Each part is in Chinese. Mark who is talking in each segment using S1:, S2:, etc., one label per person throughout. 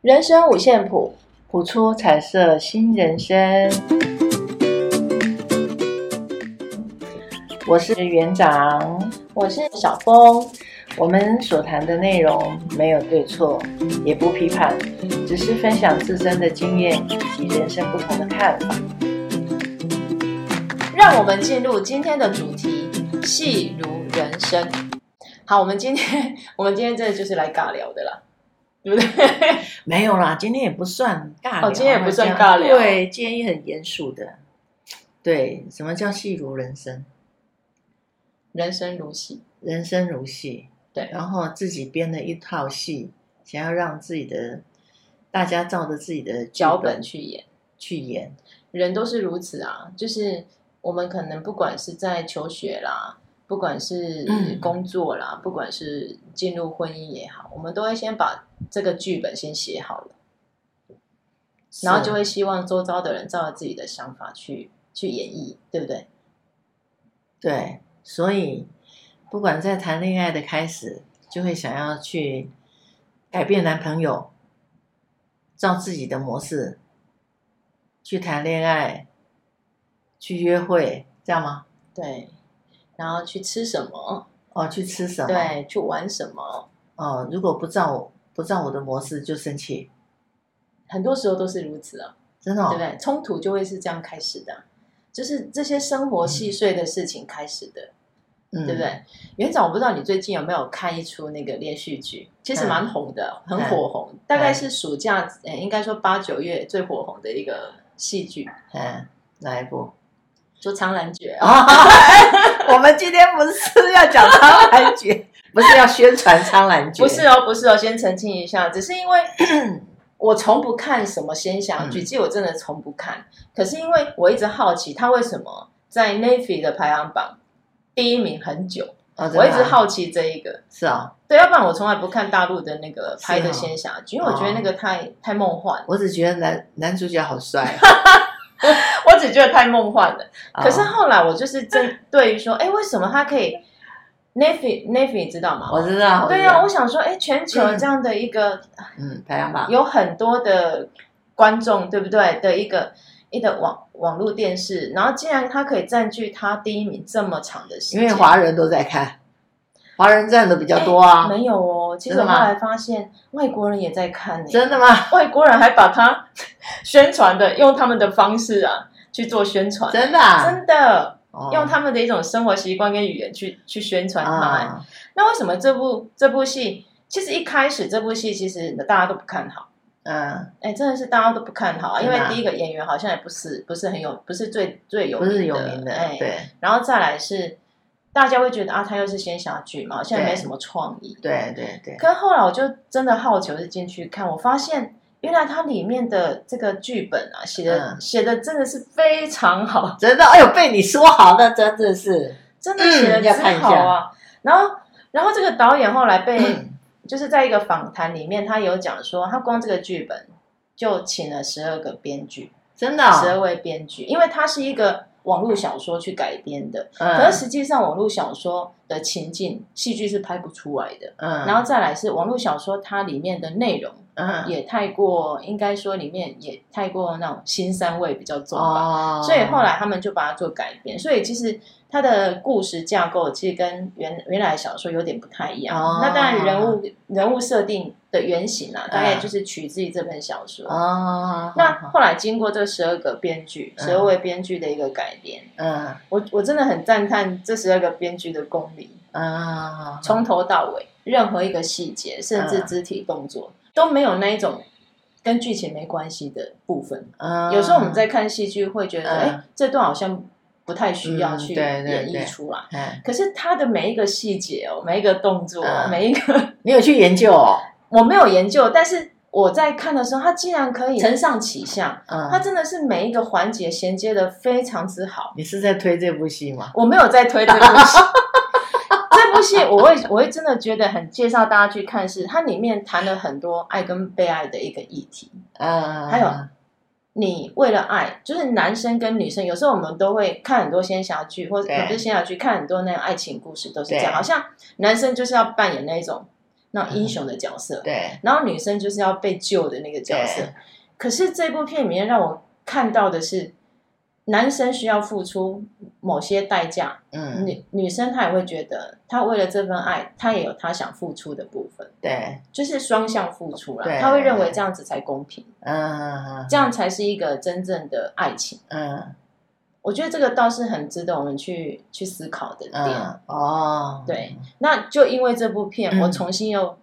S1: 人生五线谱，谱出彩色新人生。我是园长，我是小峰。我们所谈的内容没有对错，也不批判，只是分享自身的经验以及人生不同的看法。让我们进入今天的主题：戏如人生。好，我们今天 我们今天真的就是来尬聊的啦，对不对？
S2: 没有啦，今天也不算尬聊，啊
S1: 哦今天也不算尬聊
S2: 对，今天也很严肃的。对，什么叫戏如人生？
S1: 人生如戏，
S2: 人生如戏，
S1: 对
S2: 然后自己编了一套戏，想要让自己的大家照着自己的剧
S1: 脚本去演。
S2: 去演，
S1: 人都是如此啊，就是我们可能不管是在求学啦，不管是
S2: 嗯
S1: 工作啦，不管是进入婚姻也好，我们都会先把这个剧本先写好了，然后
S2: 是
S1: 就会希望周遭的人照着自己的想法去去演绎，对不对？
S2: 对，所以不管在谈恋爱的开始，就会想要去改变男朋友，照自己的模式去谈恋爱，去约会，这样吗？
S1: 对，然后去吃什么，
S2: 哦，去吃什么？，
S1: 对，去玩什么，
S2: 哦，如果不照我不照我的模式就生气，
S1: 很多时候都是如此啊。
S2: 真的、哦，
S1: 对不对？冲突就会是这样开始的啊，就是这些生活细碎的事情开始的，
S2: 嗯，
S1: 对不？对？园长，我不知道你最近有没有看一出那个连续剧，其实
S2: 嗯
S1: 蛮红的，很火红，大概是暑假，呃，应该说八九月最火红的一个戏剧，
S2: 嗯，哪一 部？
S1: 就《苍兰诀》 啊。
S2: 啊、我们今天不是要讲苍兰诀， 不是要宣传苍兰诀，
S1: 不是哦，不是哦，先澄清一下，只是因为 我从不看什么仙侠剧，
S2: 嗯
S1: 其实我真的从不看。可是因为我一直好奇，他为什么在 Navy 的排行榜第一名很久，
S2: 哦，真的
S1: 我一直
S2: 啊
S1: 好奇这一个。
S2: 是哦，
S1: 对，要不然我从来不看大陆的那个拍的
S2: 是哦哦
S1: 仙侠剧，因为我觉得那个太、太梦幻 了，
S2: 我只觉得男男主角好帅、
S1: 我只觉得太梦幻了。
S2: 哦。
S1: 可是后来我就是针对于说，哎，为什么他可以 n a v y n a v y 知道吗？
S2: 我知道，
S1: 对呀、
S2: 呀、
S1: 我想说，哎，全球这样的一个、
S2: 嗯，排行榜
S1: 有很多的观众，对不对？的一个一个网网络电视，然后竟然他可以占据他第一名这么长的时
S2: 因
S1: 间，哎
S2: 为华人都在看，华人占的比较多啊，
S1: 没有哦。其实我
S2: 真的
S1: 后
S2: 吗
S1: 来发现外国人也在看呢、
S2: 真的吗？
S1: 外国人还把它宣传的用他们的方式啊去做宣传，
S2: 真的、啊，
S1: 真的
S2: 哦
S1: 用他们的一种生活习惯跟语言去去宣传它、哎
S2: 啊，
S1: 那为什么这部这部戏其实一开始这部戏其实大家都不看好？
S2: 嗯，
S1: 哎，真的是大家都不看好，因
S2: 真的
S1: 为
S2: 啊
S1: 第一个演员好像也不是不是很有，不是最最有
S2: 不是有名的，
S1: 哎，
S2: 对
S1: 然后再来是大家会觉得啊，它又是仙侠剧嘛，好像
S2: 对
S1: 没什么创意，
S2: 对对对，
S1: 可是后来我就真的好奇，我就进去看，我发现原来它里面的这个剧本啊，写的、
S2: 嗯
S1: 写的真的是非常好，
S2: 真的，哎呦，被你说好，那真的是，
S1: 真的写的
S2: 嗯要
S1: 之
S2: 看一
S1: 好啊。然后，然后这个导演后来被、
S2: 嗯
S1: 就是在一个访谈里面，他有讲说，他光这个剧本就请了十二个编剧，
S2: 真的、
S1: 十二
S2: 哦，
S1: 位编剧，因为它是一个网络小说去改编的。可
S2: 嗯
S1: 是实际上，网络小说的情境戏剧是拍不出来的。
S2: 嗯，
S1: 然后再来是网络小说，它里面的内容
S2: 嗯，
S1: 也太过，应该说里面也太过那种新三味比较重吧。
S2: 哦，
S1: 所以后来他们就把它做改编，所以其实它的故事架构其实跟原原来小说有点不太一样。
S2: 哦
S1: 那当然人物人物设定的原型啊，大概就是取自于这本小说。
S2: 嗯哦，
S1: 那后来经过这十二个编剧、
S2: 嗯
S1: 十二位编剧的一个改编，
S2: 嗯
S1: 我我真的很赞叹这十二个编剧的功力。
S2: 嗯，
S1: 从头到尾，任何一个细节，甚至肢体动作、都没有那一种跟剧情没关系的部分。
S2: 嗯
S1: 有时候我们，在看戏剧会觉得，
S2: 嗯
S1: 哎、这段好像不太需要去
S2: 嗯对对
S1: 演
S2: 对
S1: 绎出来。
S2: 嗯，
S1: 可是它的每一个细节哦，每一个动作哦，
S2: 嗯
S1: 每一个
S2: 你有去研究哦，
S1: 我没有研究，但是我在看的时候，它竟然可以承上启下，它
S2: 嗯，
S1: 真的是每一个环节衔接的非常之好。
S2: 你是在推这部戏吗？
S1: 我没有在推这部 戏。这部戏我会我会真的觉得很介绍大家去看是，它里面谈了很多爱跟被爱的一个议题。
S2: 嗯，
S1: 还有你为了爱，就是男生跟女生，有时候我们都会看很多仙侠剧，或者
S2: 对
S1: 不是仙侠剧，看很多那种爱情故事都是这样，
S2: 对
S1: 好像男生就是要扮演那种那种英雄的角色，
S2: 对，
S1: 然后女生就是要被救的那个角色
S2: 嗯对。
S1: 可是这部片里面让我看到的是，男生需要付出某些代价，
S2: 嗯，
S1: 女女生她也会觉得，她为了这份爱，她也有她想付出的部分，
S2: 对，
S1: 就是双向付出啦
S2: 对。
S1: 她会认为这样子才公平，
S2: 嗯
S1: 这样才是一个真正的爱情。
S2: 嗯
S1: 我觉得这个倒是很值得我们去去思考的点。
S2: 嗯，哦，
S1: 对，那就因为这部片，
S2: 嗯
S1: 我重新又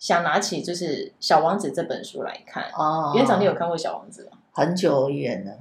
S1: 想拿起就是《小王子》这本书来看。
S2: 哦，
S1: 园长，你有看过《小王子》吗？
S2: 很久远了，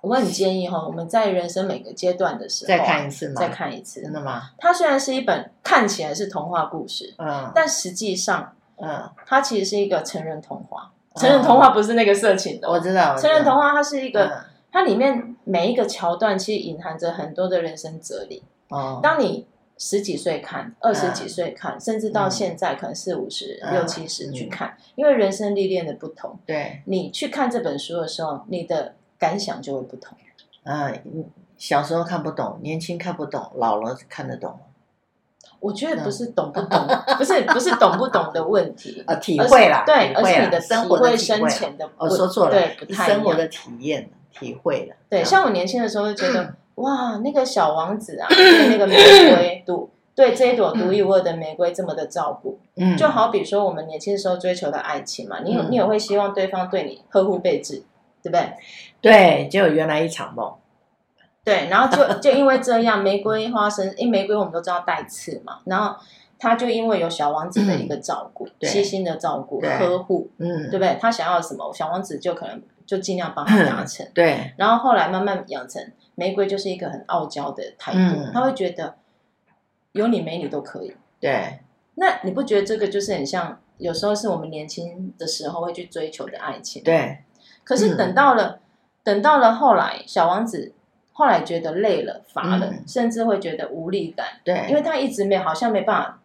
S1: 我很建议哈，我们在人生每个阶段的时候啊
S2: 哦再看一次吗？
S1: 再，看一次
S2: 真。的吗？
S1: 它虽然是一本看起来是童话故事，
S2: 嗯
S1: 但实际上
S2: 嗯，
S1: 它其实是一个成人童话。成人童话不是那个色情的
S2: 哦我
S1: 哦，
S2: 知道，嗯
S1: 成人童
S2: 话
S1: 话它是一个，它里面每一个桥段其实隐含着很多的人生哲理。
S2: 哦，
S1: 当你十几岁看，二十几岁看，甚至到现在可能四五十、
S2: 嗯
S1: 六七十去看，因为人生历练的不同，
S2: 对，
S1: 你去看这本书的时候，你的感想就会不同。
S2: 嗯，小时候看不懂，年轻看不懂，老了看得懂
S1: 我觉
S2: 嗯
S1: 得不是懂不懂，不是不是懂不懂的问 题，
S2: 啊，体
S1: 而是
S2: 会啦，
S1: 对，
S2: 体
S1: 而
S2: 会
S1: 且
S2: 啦
S1: 你的
S2: 生活的体
S1: 深
S2: 会啦
S1: 浅的不，
S2: 哦，说错了，
S1: 对，不太一
S2: 生活
S1: 样。
S2: 的体验、体会了。
S1: 对，
S2: 嗯
S1: 像我年轻的时候就 觉得，哇，那个小王子啊，对那个玫瑰 独，对这一朵独一无二的玫瑰这么的照顾，
S2: 嗯，
S1: 就好比说我们年轻的时候追求的爱情嘛，你也
S2: 嗯
S1: 你也会希望对方对你呵护备至，对不对？
S2: 对，结果原来一场梦，
S1: 对，然 后就就因为这样，玫瑰花生，因为玫瑰我们都知道带刺嘛，然后他就因为有小王子的一个照顾，
S2: 嗯对
S1: 细心的照顾、
S2: 对
S1: 呵护，
S2: 嗯，
S1: 对不对？他想要什么，小王子就可能就尽量帮他达成。
S2: 对
S1: 然后后来慢慢养成，玫瑰就是一个很傲娇的态度
S2: 嗯，
S1: 他会觉得有你没你都可以。
S2: 对
S1: 那你不觉得这个就是很像，有时候是我们年轻的时候会去追求的爱情？。
S2: 对嗯
S1: 可是等到了，等到了后来，小王子后来觉得累了、乏了，
S2: 嗯
S1: 甚至会觉得无力感，
S2: 对，
S1: 因为他一直没好像没办法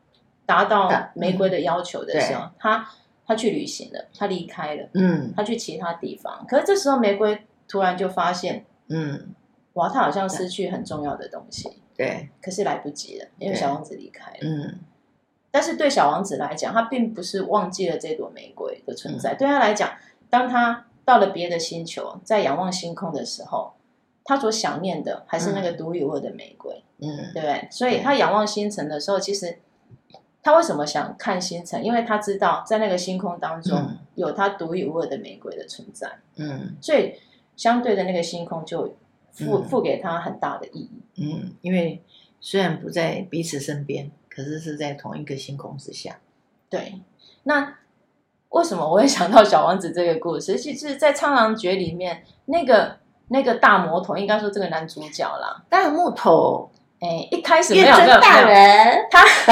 S1: 达到
S2: 达
S1: 玫瑰的要求的时候，他他去旅行了，他离开了，
S2: 嗯
S1: 他去其他地方。可是这时候玫瑰突然就发现，
S2: 嗯
S1: 哇，他好像失去很重要的东西，
S2: 对
S1: 可是来不及了，因为
S2: 对
S1: 小王子离开了。
S2: 嗯
S1: 但是对小王子来讲，他并不是忘记了这朵玫瑰的
S2: 嗯
S1: 存在。对他来讲，当他到了别的星球，在仰望星空的时候，他所想念的还是那个独一无二的玫瑰，
S2: 嗯
S1: 对不对？所以他仰望星辰的时候，其实他为什么想看星辰？因为他知道在那个星空当中
S2: 嗯
S1: 有他独一无二的玫瑰的存在，
S2: 嗯
S1: 所以相对的那个星空就赋
S2: 嗯
S1: 赋给他很大的意义。
S2: 嗯，因为虽然不在彼此身边，可是是在同一个星空之下。
S1: 对，那为什么我会想到小王子这个故事？其实，在《苍狼诀》里面，那个那个大魔头，应该说这个男主角啦，
S2: 大木头
S1: 哎，一开始没
S2: 月
S1: 有
S2: 真
S1: 没有
S2: 大
S1: 没有
S2: 人，
S1: 他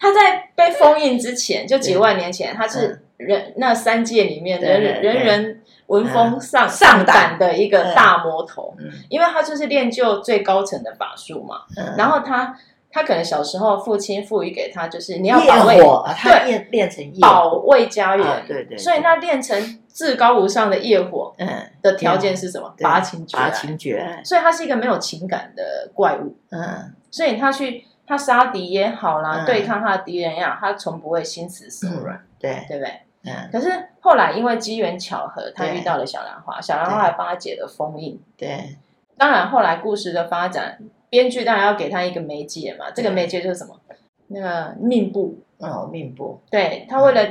S1: 他在被封印之前，就几万年前，他是人那三界里面
S2: 嗯对
S1: 人
S2: 对对
S1: 人人闻风丧
S2: 上
S1: 丧
S2: 胆
S1: 胆的一个
S2: 对
S1: 大魔头，
S2: 嗯
S1: 因为他就是练就最高层的法术嘛。
S2: 嗯，
S1: 然后他他可能小时候父亲赋予给他，就是你
S2: 你
S1: 要保卫
S2: 业火，啊它
S1: 对
S2: 练练成业
S1: 保卫家园。
S2: 啊，对对，
S1: 所以那练成至高无上的业火
S2: 对嗯
S1: 的条件是什么？
S2: 对
S1: 拔情绝爱
S2: 拔。情绝爱，
S1: 所以他是一个没有情感的怪物。
S2: 嗯
S1: 所以他去他杀敌也好啦，
S2: 嗯
S1: 对抗他的敌人也好，他从不会心慈手软，
S2: 对，
S1: 对不对？
S2: 嗯
S1: 可是后来因为机缘巧合，他
S2: 对
S1: 遇到了小兰花，小兰花还帮他解了封印。
S2: 对
S1: 当然后来故事的发展，编剧当然要给他一个媒介嘛，这个媒介就是什么？那个命布。
S2: 哦，命不
S1: 对他为
S2: 嗯
S1: 了，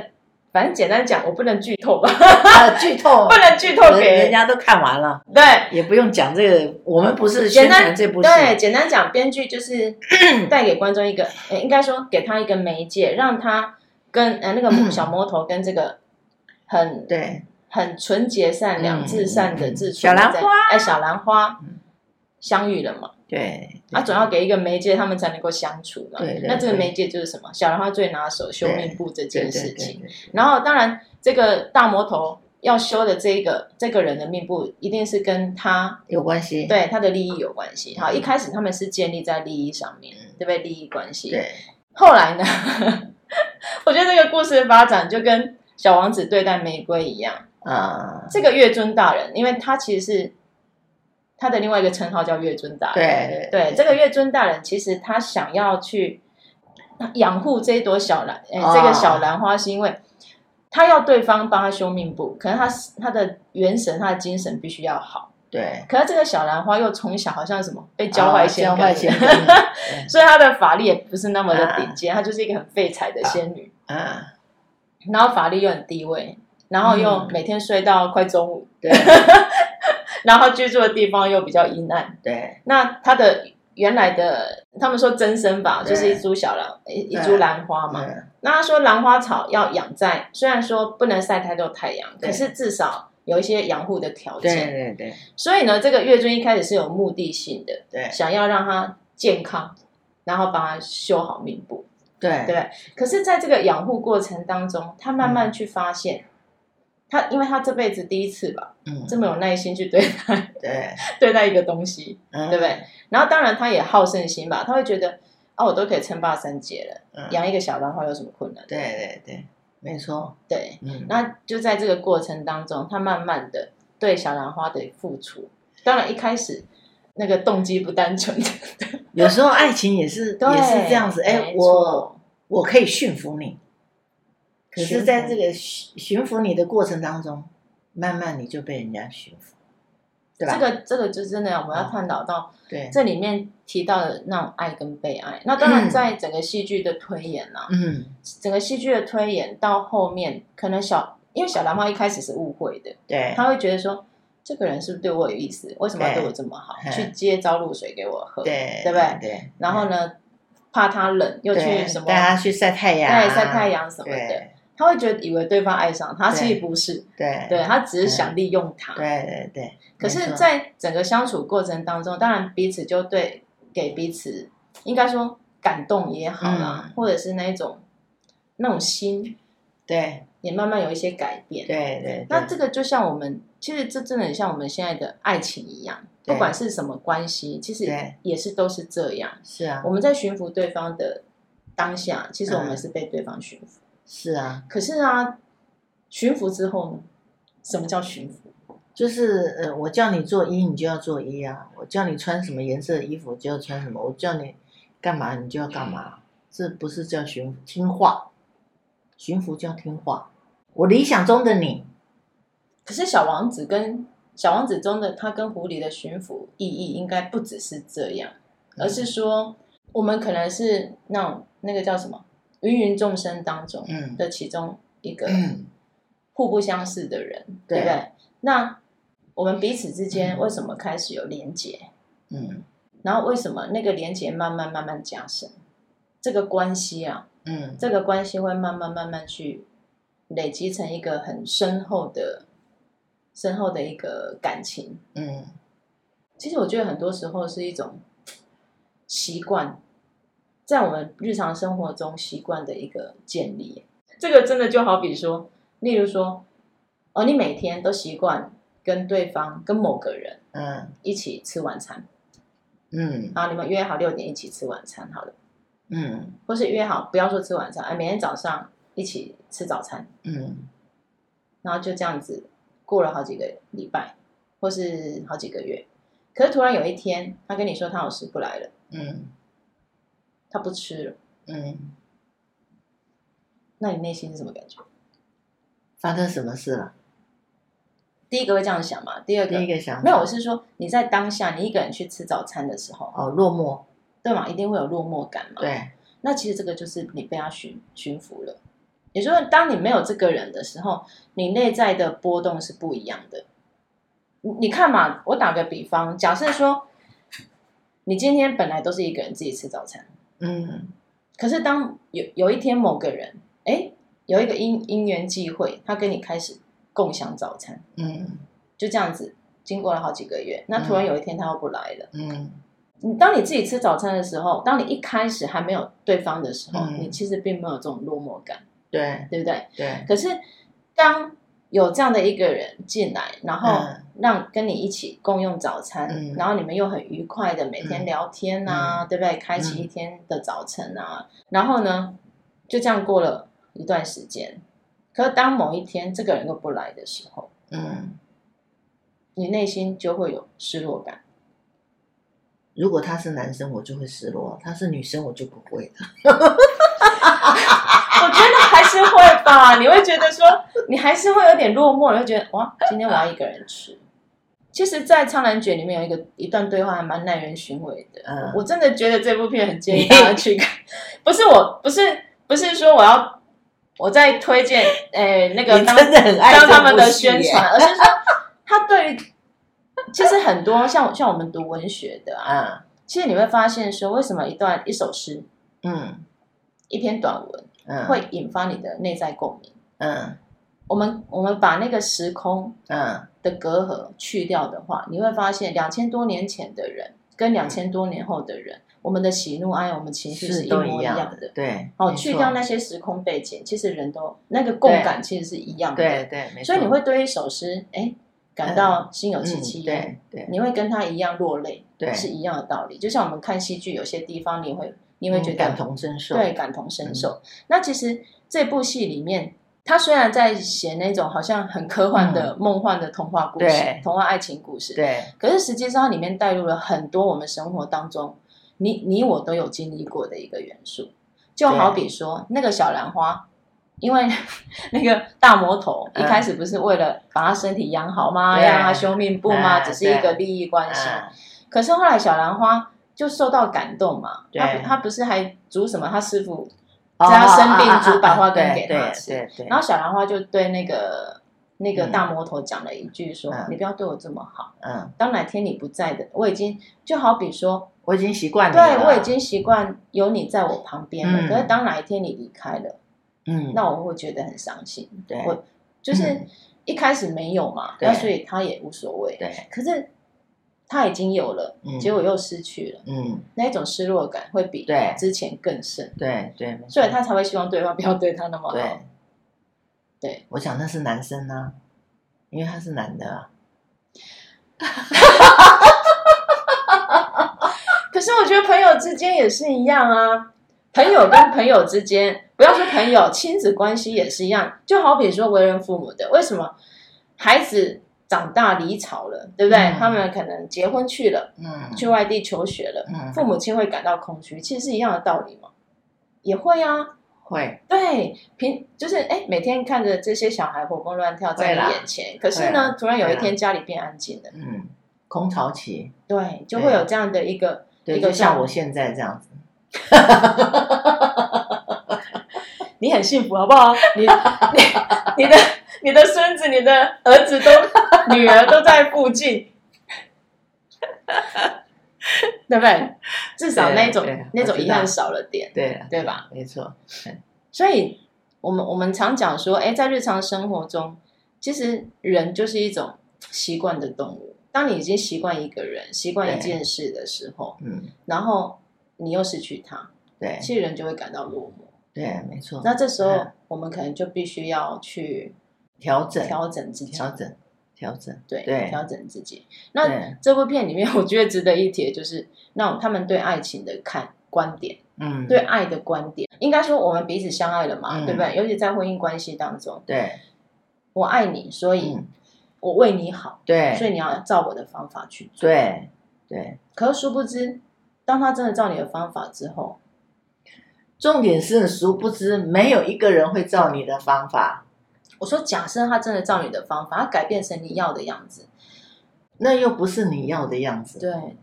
S1: 反正简单讲，我不能剧透吧，
S2: 啊，剧透
S1: 哦不能剧透
S2: 人
S1: 给
S2: 人家都看完了。
S1: 对。
S2: 也不用讲这个，我们不是宣
S1: 简
S2: 传
S1: 单
S2: 这部戏，
S1: 对，简单讲，编剧就是 带给观众一个，呃应该说给他一个媒介，让他跟呃那个 魔小魔头跟这个很
S2: 对
S1: 很纯洁、善良、
S2: 嗯
S1: 至善的至
S2: 小兰花
S1: 哎，小兰花
S2: 嗯
S1: 相遇了嘛？
S2: 对，
S1: 啊，总要给一个媒介，他们才能够相处嘛。
S2: 对对
S1: 那这个
S2: 对
S1: 媒介就是什么？小兰花最拿手修命布这
S2: 对对
S1: 件事
S2: 对
S1: 情。
S2: 对
S1: 然后，当然，这个大魔头要修的这一个这个人的命布，一定是跟他
S2: 有关系，
S1: 对他的利益有关系。好，一开始他们是建立在利益上面
S2: 嗯，
S1: 对不对？利益关系。。
S2: 对
S1: 后来呢， 我觉得这个故事的发展就跟小王子对待玫瑰一样。
S2: 啊，
S1: 这个月尊大人，因为他其实是他的另外一个称号叫月尊大人。
S2: 对
S1: 对，这个月尊大人其实他想要去养护这一朵小兰，哎、
S2: 哦
S1: 这个小兰花是因为他要对方帮他修命簿，可能他他的元神、他的精神必须要好。
S2: 对，
S1: 可是这个小兰花又从小好像什么
S2: 啊
S1: 被教坏仙
S2: 交
S1: 感
S2: 换
S1: 觉
S2: 先生对
S1: 所以她的法力也不是那么的顶尖，她就是一个很废柴的仙女，
S2: 啊，
S1: 然后法力又很低微，然后又
S2: 嗯
S1: 每天睡到快中午，
S2: 对
S1: 然后居住的地方又比较阴暗。
S2: 对
S1: 那她的原来的他们说真身吧，
S2: 对
S1: 就是一株小兰一一
S2: 对
S1: 株兰花嘛。
S2: 嗯
S1: 那他说兰花草要养在，虽然说不能晒太多太阳，
S2: 对
S1: 可是至少有一些养护的条
S2: 对
S1: 件。
S2: 对对
S1: 所以呢，这个月尊一开始是有目的性的，
S2: 对
S1: 想要让它健康，然后帮它修好命部，对不
S2: 对
S1: 对？可是，在这个养护过程当中，他
S2: 嗯
S1: 慢慢去发现，他因为他这辈子第一次吧，
S2: 嗯
S1: 这么有耐心去对待
S2: 对嗯
S1: 对待一个东西，
S2: 对
S1: 对不对？然后，当然他也好胜心吧，他会觉得啊，我都可以称霸三界了，
S2: 对
S1: 养一个小兰花有什么困难？
S2: 嗯对对，没错，
S1: 对，
S2: 嗯
S1: 那就在这个过程当中，他慢慢的对小兰花的付出，当然一开始那个动机不单纯，
S2: 有时候爱情也是
S1: 对
S2: 也是这样子，哎，
S1: 没
S2: 我
S1: 错
S2: 我可以驯服你，可
S1: 驯
S2: 是
S1: 服
S2: 在这个驯驯服你的过程当中，慢慢你就被人家驯服，对吧？嗯
S1: 这个这个就真的我们要探讨到
S2: 对，
S1: 这里面提到的那种爱跟被爱。那当然，在整个戏剧的推演啊，
S2: 嗯，
S1: 整个戏剧的推演到后面，可能小因为小兰花一开始是误会的，
S2: 对
S1: 他会觉得说。这个人是不是对我有意思？为什么要
S2: 对
S1: 对我这么好？
S2: 嗯
S1: 去接招露水给我喝，
S2: 对
S1: 对不对？
S2: 对，
S1: 然后呢，怕他冷，又去
S2: 对
S1: 什么
S2: 带他去晒太阳，
S1: 对，晒太阳什么的，
S2: 对，
S1: 他会觉得以为对方爱上他，
S2: 对
S1: 其实不是，
S2: 对
S1: 对他只是想利用他。
S2: 对对对，
S1: 可
S2: 没
S1: 是，
S2: 错
S1: 在整个相处过程当中，当然彼此就对给彼此，应该说感动也好啦，
S2: 嗯
S1: 或者是那一种那种心
S2: 对
S1: 也慢慢有一些改变。
S2: 对对，
S1: 那
S2: 对
S1: 这个就像我们，其实这真的很像我们现在的爱情一样，
S2: 对
S1: 不管是什么关系，其实
S2: 对
S1: 也是都是这样。
S2: 是啊
S1: 我们在驯服对方的当下，其实我
S2: 嗯
S1: 们是被对方驯服。
S2: 是啊，
S1: 可是啊，驯服之后呢？什么叫驯服？
S2: 就是呃，我叫你做一，你就要做一啊；我叫你穿什么颜色的衣服，就要穿什么；我叫你干嘛，你就要干嘛。这不是叫驯服，听话，驯服叫听话。我理想中的你，
S1: 可是小王子跟小王子中的他跟狐狸的驯服意义，应该不只是这样，而
S2: 嗯
S1: 是说我们可能是那种那个叫什么芸芸众生当中
S2: 嗯
S1: 的其中一个
S2: 嗯
S1: 互不相识的人，对
S2: 对
S1: 不对？那我们彼此之间为什么开始有连结？
S2: 嗯
S1: 然后为什么那个连结慢慢慢慢加深？这个关系啊，
S2: 嗯，
S1: 这个关系会慢慢慢慢去累积成一个很深厚的、深厚的一个感情。
S2: 嗯
S1: 其实我觉得很多时候是一种习惯，在我们日常生活中习惯的一个建立。这个真的就好比说，例如说，哦，你每天都习惯跟对方、跟某个人
S2: 嗯
S1: 一起吃晚餐，啊
S2: 嗯
S1: 然后你们约好六点一起吃晚餐，好了，
S2: 嗯
S1: 或是约好不要说吃晚餐，哎，每天早上一起吃早餐。
S2: 嗯，
S1: 然后就这样子过了好几个礼拜，或是好几个月。可是突然有一天，他跟你说他老师不来了，
S2: 嗯
S1: 他不吃了，
S2: 嗯，
S1: 那你内心是什么感觉？
S2: 发生什么事了？
S1: 第一个会这样想嘛？第二个
S2: 第一个想法
S1: 没有，我是说你在当下你一个人去吃早餐的时候，
S2: 哦，落寞，
S1: 对嘛，一定会有落寞感嘛。，
S2: 对
S1: 那其实这个就是你被他驯驯服了。也就是说，当你没有这个人的时候，你内在的波动是不一样的。你你看嘛，我打个比方，假设说，你今天本来都是一个人自己吃早餐，
S2: 嗯
S1: 可是当有有一天某个人，哎，有一个因因缘际会，他跟你开始共享早餐，
S2: 嗯
S1: 就这样子，经过了好几个月，那突然有一天他又不来了。
S2: 嗯
S1: 你当你自己吃早餐的时候，当你一开始还没有对方的时候，
S2: 嗯
S1: 你其实并没有这种落寞感，
S2: 对
S1: 对不对？
S2: 对
S1: 可是当有这样的一个人进来，然后
S2: 嗯
S1: 让跟你一起共用早餐，
S2: 嗯
S1: 然后你们又很愉快的每天聊天啊，对不对？开启
S2: 嗯
S1: 一天的早晨啊，然后呢，就这样过了一段时间。可是当某一天这个人又不来的时候，
S2: 嗯
S1: 你内心就会有失落感。
S2: 如果他是男生，我就会失落；他是女生，我就不会的。
S1: 我觉得还是 会吧，你会觉得说，你还是会有点落寞，你会觉得哇，今天我要一个人吃。其实，在《苍兰诀》里面有一个一段对话，还蛮耐人寻味的。
S2: 嗯
S1: 我真的觉得这部片很建议大 家去看。不是我，不是不是说我要我在推荐，诶、那个
S2: 你
S1: 当
S2: 真的很爱
S1: 当他们
S2: 这部
S1: 的
S2: 戏耶
S1: 宣传，而是说他对于其实很多像像我们读文学的啊，
S2: 啊，
S1: 其实你会发现说，为什么一段一首诗、
S2: 嗯
S1: 一篇短文
S2: 嗯，
S1: 会引发你的内在共鸣？
S2: 嗯
S1: 我们我们把那个时空
S2: 嗯
S1: 的隔阂去掉的话，你会发现两千多年前的人跟两千多年后的人，我们的喜怒哀，我们情绪
S2: 是
S1: 一
S2: 都
S1: 模一
S2: 样
S1: 的。
S2: 对，
S1: 哦，
S2: 没
S1: 去
S2: 错
S1: 掉那些时空背景，其实人都那个共感其实是一样的。
S2: 对，对，没错，
S1: 所以你会对一首诗，哎，感到心有
S2: 嗯
S1: 戚戚焉，
S2: 对对
S1: 你会跟他一样落泪，
S2: 对，
S1: 是一样的道理。就像我们看戏剧，有些地方你会你会觉
S2: 嗯
S1: 得
S2: 感同身受，
S1: 对，感同
S2: 嗯
S1: 身受。那其实这部戏里面，他虽然在写那种好像很科幻的、梦幻的童话故事
S2: 嗯对、
S1: 童话爱情故事，
S2: 对
S1: 可是实际上它里面带入了很多我们生活当中你你我都有经历过的一个元素。就好比说那个小兰花，因为 那个大魔头一
S2: 嗯
S1: 开始不是为了把他身体养好吗？
S2: 对
S1: 让他修命布吗？
S2: 嗯
S1: 只是一个
S2: 对
S1: 利益关系。
S2: 啊，
S1: 可是后来小兰花就受到感动嘛，
S2: 对
S1: 他他不是还煮什么他师傅在他生
S2: 哦啊
S1: 病煮百花羹给他吃，
S2: 对对对，
S1: 然
S2: 后
S1: 后小兰花就对那个那个
S2: 嗯
S1: 大魔头讲了一句说：“
S2: 嗯
S1: 你不要对我这么好，
S2: 嗯，
S1: 当哪天你不在的，我已经就好比说，
S2: 我已经习惯你
S1: 对
S2: 了，
S1: 我已经习惯有你在我旁边了。
S2: 嗯
S1: 可是当哪一天你离开了，
S2: 嗯，
S1: 那我会觉得很伤心。
S2: 对
S1: 我就是
S2: 嗯
S1: 一开始没有嘛，
S2: 对
S1: 那所以他也无所谓。
S2: 对，
S1: 可是他已经有了，
S2: 嗯
S1: 结果又失去了。”
S2: 嗯，
S1: 那一种失落感会比
S2: 对
S1: 之前更深，
S2: 对对，没错
S1: 所以他才会希望对方不要对他那么好
S2: 对。
S1: 对，
S2: 我想那是男生呢，因为他是男的啊，
S1: 可是我觉得朋友之间也是一样啊，朋友跟朋友之间，不要说朋友，亲子关系也是一样。就好比说为人父母的，为什么孩子长大离巢了，对不对？
S2: 嗯
S1: 他们可能结婚去了，
S2: 嗯，
S1: 去外地求学了，
S2: 嗯
S1: 父母亲会感到空虚，其实是一样的道理嘛，也会啊。
S2: 会，
S1: 对，平就是哎，每天看着这些小孩活蹦乱跳在
S2: 会
S1: 你
S2: 啦
S1: 眼前，可是
S2: 会
S1: 呢
S2: 啦，
S1: 突然有一
S2: 会啦
S1: 天家里变安静了，
S2: 嗯，空巢期，
S1: 对，就
S2: 对啊
S1: 会有这样的一个一
S2: 对，
S1: 个
S2: 就像
S1: 像
S2: 我现在这样子，
S1: 你很幸福好不好？ 你你你的你的孙子、你的儿子都女儿都在 附近，对不对？至少
S2: 对
S1: 那种
S2: 对
S1: 那种
S2: 我知
S1: 遗
S2: 道
S1: 憾少了点，
S2: 对啊
S1: 对吧？
S2: 没错，
S1: 所以我们我们常讲说，哎，在日常生活中，其实人就是一种习惯的动物。当你已经习惯一个人、习惯一
S2: 对
S1: 件事的时候，
S2: 嗯，
S1: 然后你又失去他，
S2: 对
S1: 其实人就会感到落寞。
S2: 对，没错，
S1: 那这时候
S2: 嗯，
S1: 我们可能就必须要去
S2: 调整
S1: 调整自己，
S2: 调整调整，
S1: 对，
S2: 对
S1: 调整自己。那
S2: 对
S1: 这部片里面， 我觉得值得一提的就是，那种他们对爱情的看观点。
S2: 嗯，
S1: 对爱的观点，应该说我们彼此相爱了嘛，
S2: 嗯
S1: 对不对？尤其在婚姻关系当中，
S2: 对
S1: 我爱你，所以
S2: 嗯
S1: 我为你好，
S2: 对
S1: 所以你要照我的方法去做。
S2: 对对，
S1: 可是殊不知，当他真的照你的方法之后，
S2: 重点是，殊不知没有一个人会照你的方法，
S1: 我说假设他真的照你的方法，他改变成你要的样子，
S2: 那又不是你要的样子，
S1: 对，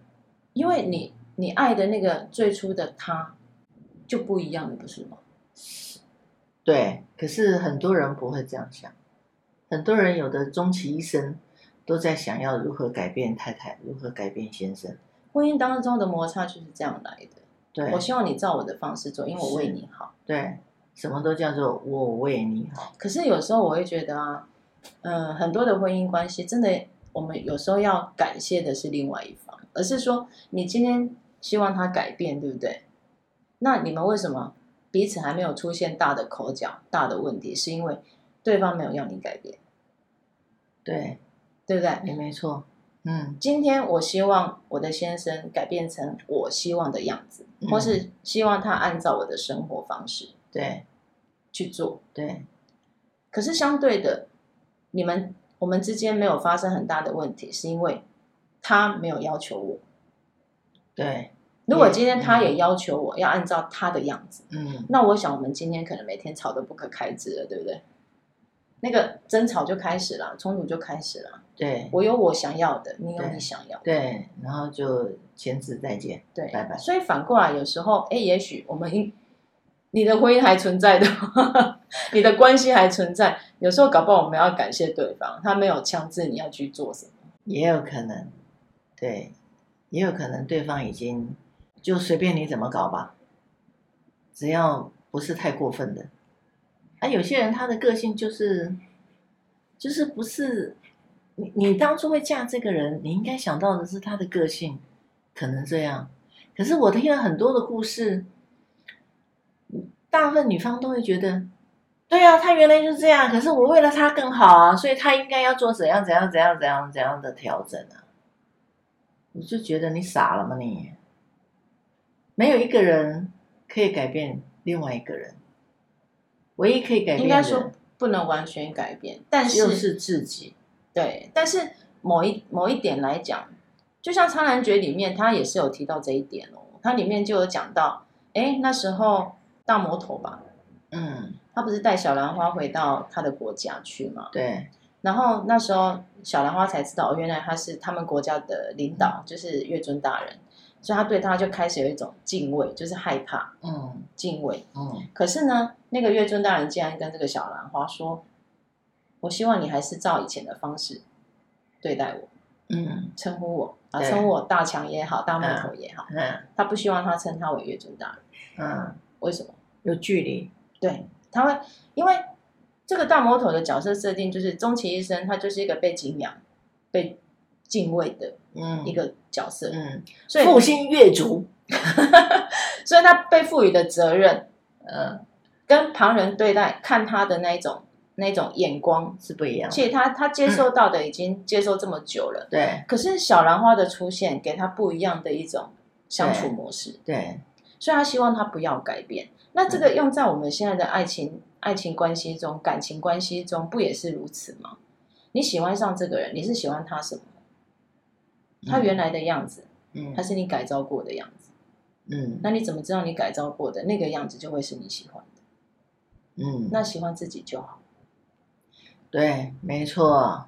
S1: 因为你你爱的那个最初的他就不一样了，不是吗？
S2: 对，可是很多人不会这样想，很多人有的终其一生都在想要如何改变太太，如何改变先生。
S1: 婚姻当中的摩擦就是这样来的。
S2: 对
S1: 我希望你照我的方式做，因为我为你好。
S2: 对，什么都叫做我为你好。
S1: 可是有时候我会觉得啊，嗯、很多的婚姻关系真的，我们有时候要感谢的是另外一方，而是说你今天希望他改变，对不对？那你们为什么彼此还没有出现大的口角、大的问题？是因为对方没有要你改变，
S2: 对，
S1: 对不对？
S2: 也没错。嗯
S1: 今天我希望我的先生改变成我希望的样子，
S2: 嗯
S1: 或是希望他按照我的生活方式
S2: 对
S1: 去做。
S2: 对
S1: 可是相对的，你们我们之间没有发生很大的问题，是因为他没有要求我，
S2: 对，
S1: 如果今天他也要求我要按照他的样子，
S2: 嗯，
S1: 那我想我们今天可能每天吵得不可开交了，对不对？那个争吵就开始了，冲突就开始了。
S2: 对
S1: 我有我想要的，你有
S2: 对
S1: 你想要的，
S2: 对，然后就前次再见，
S1: 对，
S2: 拜拜
S1: 所以反过来，有时候，哎，也许我们应你的婚姻还存在的 话，你的关系还存在，有时候搞不好我们要感谢对方，他没有强制你要去做什么。
S2: 也有可能，对，也有可能对方已经就随便你怎么搞吧，只要不是太过分的。啊，有些人他的个性就是，就是不是你你当初会嫁这个人，你应该想到的是他的个性可能这样。可是我听了很多的故事，大部分女方都会觉得，对啊，他原来就是这样，可是我为了他更好啊，所以他应该要做怎样怎样怎样怎样怎样的调整啊。我就觉得你傻了吗你？没有一个人可以改变另外一个人，唯一可以改
S1: 应
S2: 变
S1: 该
S2: 的
S1: 说不能完全改变，但是、
S2: 就是自己。
S1: 对，但是某一某一点来讲，就像《苍兰诀》里面，他也是有提到这一点哦，它里面就有讲到，哎，那时候大魔头吧，
S2: 嗯，
S1: 他不是带小兰花回到他的国家去吗？
S2: 对，
S1: 然后那时候小兰花才知道，哦原来他是他们国家的领导，就是月尊大人，所以他对他就开始有一种敬畏，就是害怕、
S2: 嗯
S1: 敬畏。
S2: 嗯
S1: 可是呢，那个月尊大人竟然跟这个小兰花说：“我希望你还是照以前的方式对待我，
S2: 嗯
S1: 称呼我啊，
S2: 对
S1: 称呼我大强也好，大木头也好。
S2: 嗯
S1: 他不希望他称他为月尊大人，
S2: 嗯，
S1: 为什么？
S2: 有距离。
S1: 对，他会因为这个大魔头的角色设定就是终其一生，他就是一个被敬仰、被敬畏的
S2: 嗯
S1: 一个角色，
S2: 嗯，
S1: 所以
S2: 复兴越族。
S1: 所以他被赋予的责任呃
S2: 嗯，
S1: 跟旁人对待看他的那一种那一种眼光，
S2: 是不一样的。
S1: 其实他他接受到的已经接受这么久了，
S2: 对
S1: 可是小兰花的出现给他不一样的一种相处模式，
S2: 对，
S1: 所以他希望他不要改变。那
S2: 嗯
S1: 这个用在我们现在的爱情、爱情关系中、感情关系中，不也是如此吗？你喜欢上这个人，你是喜欢他什么？他原来的样子，
S2: 嗯
S1: 还是你改造过的样子？
S2: 嗯
S1: 那你怎么知道你改造过的那个样子就会是你喜欢的？
S2: 嗯，
S1: 那喜欢自己就好。
S2: 对，没错，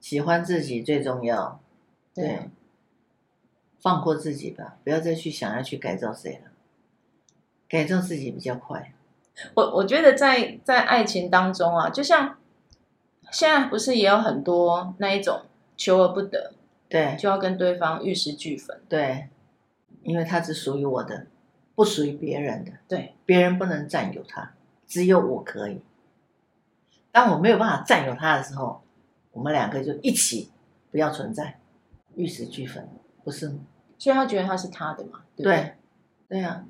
S2: 喜欢自己最重要。
S1: 对啊
S2: 对，放过自己吧，不要再去想要去改造谁了，改造自己比较快。
S1: 我我觉得在在爱情当中啊，就像现在不是也有很多那一种求而不得，
S2: 对
S1: 就要跟对方玉石俱焚。
S2: 对，因为它只属于我的，不属于别人的。
S1: 对，
S2: 别人不能占有它，只有我可以。当我没有办法占有它的时候，我们两个就一起不要存在，玉石俱焚，不是吗？
S1: 所以他觉得他是他的嘛，对不对
S2: 对，对啊，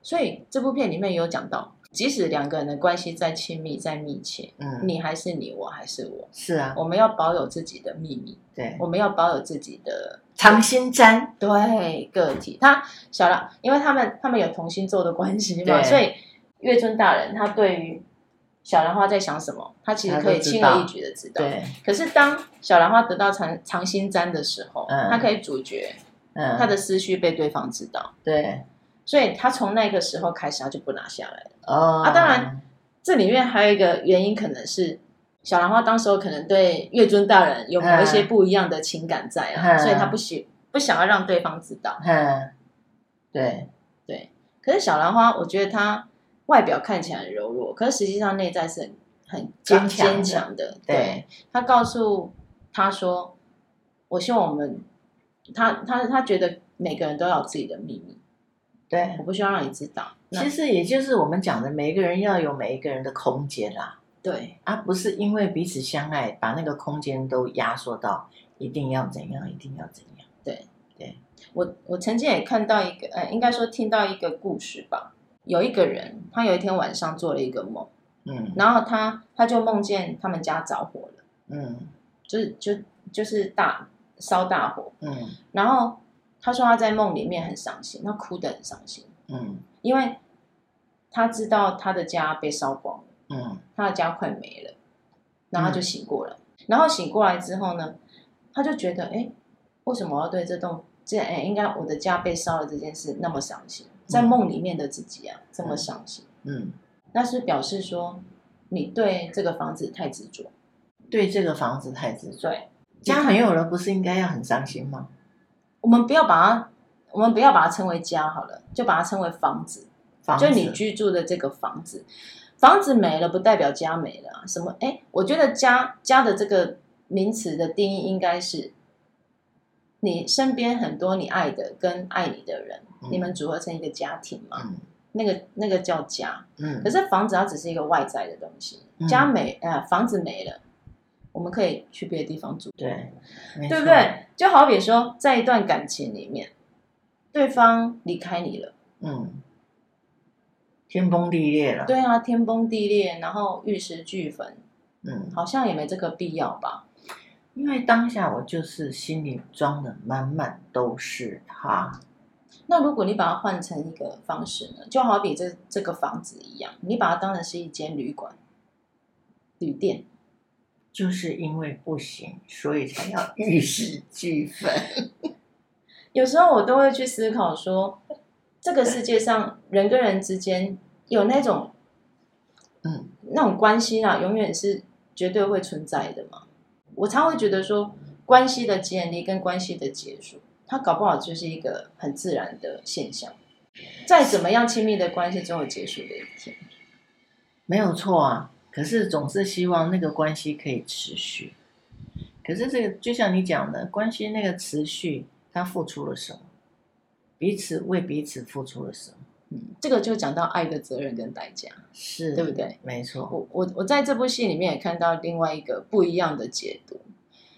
S1: 所以这部片里面有讲到，即使两个人的关系再亲密、再密切，
S2: 嗯，
S1: 你还是你，我还是我，
S2: 是啊，
S1: 我们要保有自己的秘密，
S2: 对，
S1: 我们要保有自己的
S2: 长心簪，
S1: 对个体。他小了，因为他们他们有同星座的关系嘛，
S2: 对
S1: 所以月尊大人他对于小兰花在想什么，他其实
S2: 他都
S1: 可以
S2: 知
S1: 轻
S2: 道
S1: 而易举的知道。
S2: 对，
S1: 可是当小兰花得到长长心簪的时候，
S2: 嗯
S1: 他可以主角
S2: 嗯，
S1: 他的思绪被对方知道，
S2: 对，
S1: 所以他从那个时候开始他就不拿下来了。
S2: 哦，
S1: 啊当然，这里面还有一个原因，可能是小兰花当时候可能对月尊大人有某一些不一样的情感在啊，
S2: 嗯
S1: 所以她不喜不想要让对方知道。
S2: 嗯，对，
S1: 可是小兰花，我觉得她外表看起来很柔弱，可是实际上内在是很
S2: 坚强的
S1: 很坚强的。
S2: 对，
S1: 她告诉他说：“我希望我们，她她她觉得每个人都要有自己的秘密，
S2: 对
S1: 我，不需要让你知道。那”
S2: 其实也就是我们讲的，每一个人要有每一个人的空间啦，
S1: 对
S2: 啊，不是因为彼此相爱，把那个空间都压缩到一定要怎样，一定要怎样，
S1: 我我曾经也看到一个，呃，应该说听到一个故事吧。有一个人，他有一天晚上做了一个梦，
S2: 嗯
S1: 然后他他就梦见他们家着火了，
S2: 嗯
S1: 就是就就是大烧大火。
S2: 嗯
S1: 然后他说他在梦里面很伤心，他哭得很伤心，
S2: 嗯
S1: 因为他知道他的家被烧光了，
S2: 嗯
S1: 他的家快没了，然后他就醒过来。然后醒过来之后呢，他就觉得，哎，为什么我要对这栋这哎，应该我的家被烧了这件事那么伤心，在
S2: 嗯
S1: 梦里面的自己啊，这么伤心，
S2: 嗯，
S1: 那是表示说你对这个房子太执着。
S2: 对这个房子太执着，
S1: 对，
S2: 家没有了，不是应该要很伤心吗？
S1: 我们不要把它，我们不要把它称为家好了，就把它称为房子，
S2: 房子
S1: 就你居住的这个房子。房子没了，不代表家没了、啊。什么？哎，我觉得家家的这个名词的定义应该是，你身边很多你爱的跟爱你的人，
S2: 嗯
S1: 你们组合成一个家庭嘛，
S2: 嗯
S1: 那个那个叫家。
S2: 嗯
S1: 可是房子它只是一个外在的东西，
S2: 嗯
S1: 家没呃房子没了，我们可以去别的地方住。
S2: 对，没
S1: 对
S2: 错？
S1: 不对？就好比说，在一段感情里面，对方离开你了，
S2: 嗯，天崩地裂了，
S1: 对啊，天崩地裂，然后玉石俱焚，
S2: 嗯，
S1: 好像也没这个必要吧？
S2: 因为当下我就是心里装的满满都是他，
S1: 那如果你把它换成一个方式呢？就好比这这个房子一样，你把它当成是一间旅馆、旅店，
S2: 就是因为不行，所以才要 玉石俱焚。
S1: 有时候我都会去思考说，这个世界上人跟人之间有那种
S2: 嗯，
S1: 那种关系啊，永远是绝对会存在的嘛。我常会觉得说，关系的建立跟关系的结束，它搞不好就是一个很自然的现象。再怎么样亲密的关系，总有结束的一天。
S2: 没有错啊，可是总是希望那个关系可以持续。可是这个就像你讲的，关系那个持续，他付出了什么？彼此为彼此付出了什么？
S1: 嗯，这个就讲到爱的责任跟代价，
S2: 是
S1: 对不？对？
S2: 没错，
S1: 我我我在这部戏里面也看到另外一个不一样的解读，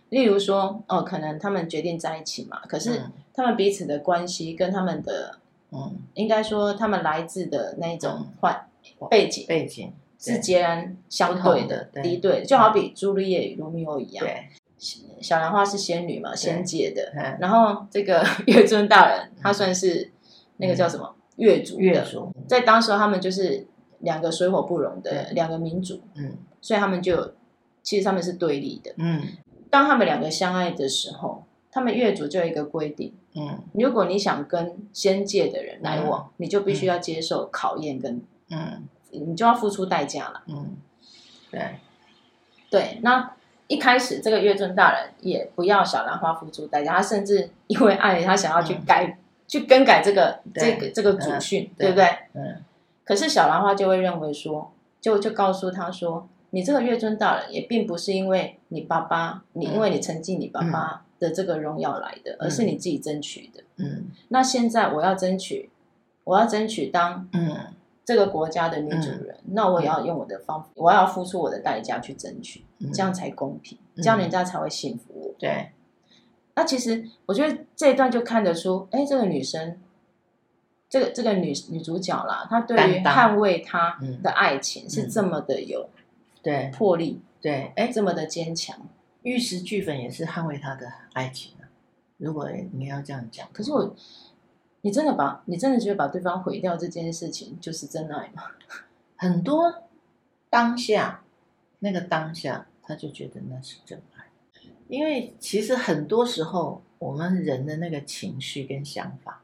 S1: 例如说，哦，可能他们决定在一起嘛，可是
S2: 嗯
S1: 他们彼此的关系跟他们的，
S2: 嗯，
S1: 应该说他们来自的那一种
S2: 嗯
S1: 环背景
S2: 背景
S1: 是截然相
S2: 不
S1: 对
S2: 同
S1: 的
S2: 的、对嗯
S1: 敌对，就好比朱丽叶与罗密欧一样，
S2: 对，
S1: 小兰花是仙女嘛，仙界的，
S2: 嗯，
S1: 然后这个 月尊大人他算是那个叫什么月族
S2: 月
S1: 的，
S2: 族，
S1: 在当时他们就是两个水火不容的
S2: 对
S1: 两个民族，
S2: 嗯
S1: 所以他们就有其实他们是对立的。
S2: 嗯
S1: 当他们两个相爱的时候，他们月族就有一个规定，
S2: 嗯
S1: 如果你想跟仙界的人来往，你就必须要接受考验跟，
S2: 嗯
S1: 你就要付出代价了。
S2: 嗯，对，
S1: 对，那一开始这个月尊大人也不要小兰花付出代价，他甚至因为爱他想要去
S2: 嗯
S1: 改、去更改这个这
S2: 对嗯
S1: 个这个祖训，
S2: 对
S1: 对不对？
S2: 嗯
S1: 可是小兰花就会认为说，就就告诉他说，你这个月尊大人也并不是因为你爸爸，你
S2: 嗯
S1: 因为你承继你爸爸的这个荣耀来的，而是你自己争取的。
S2: 嗯
S1: 那现在我要争取，我要争取当
S2: 嗯
S1: 这个国家的女主人，那我也要用我的方，我要付出我的代价去争取，
S2: 嗯，
S1: 这样才公平，
S2: 嗯
S1: 这样人家才会信服我。
S2: 对，
S1: 那其实我觉得这一段就看得出，哎，这个女生，这个这个女女主角啦，她对于
S2: 担当
S1: 捍卫她
S2: 嗯
S1: 的爱情是这么的有
S2: 对
S1: 魄力，
S2: 对，哎，
S1: 这么的坚强。
S2: 玉石俱焚也是捍卫他的爱情啊。如果你要这样讲，
S1: 可是我，你真的把你真的觉得把对方毁掉这件事情就是真爱吗？
S2: 很多当下那个当下，他就觉得那是真爱，因为其实很多时候我们人的那个情绪跟想法，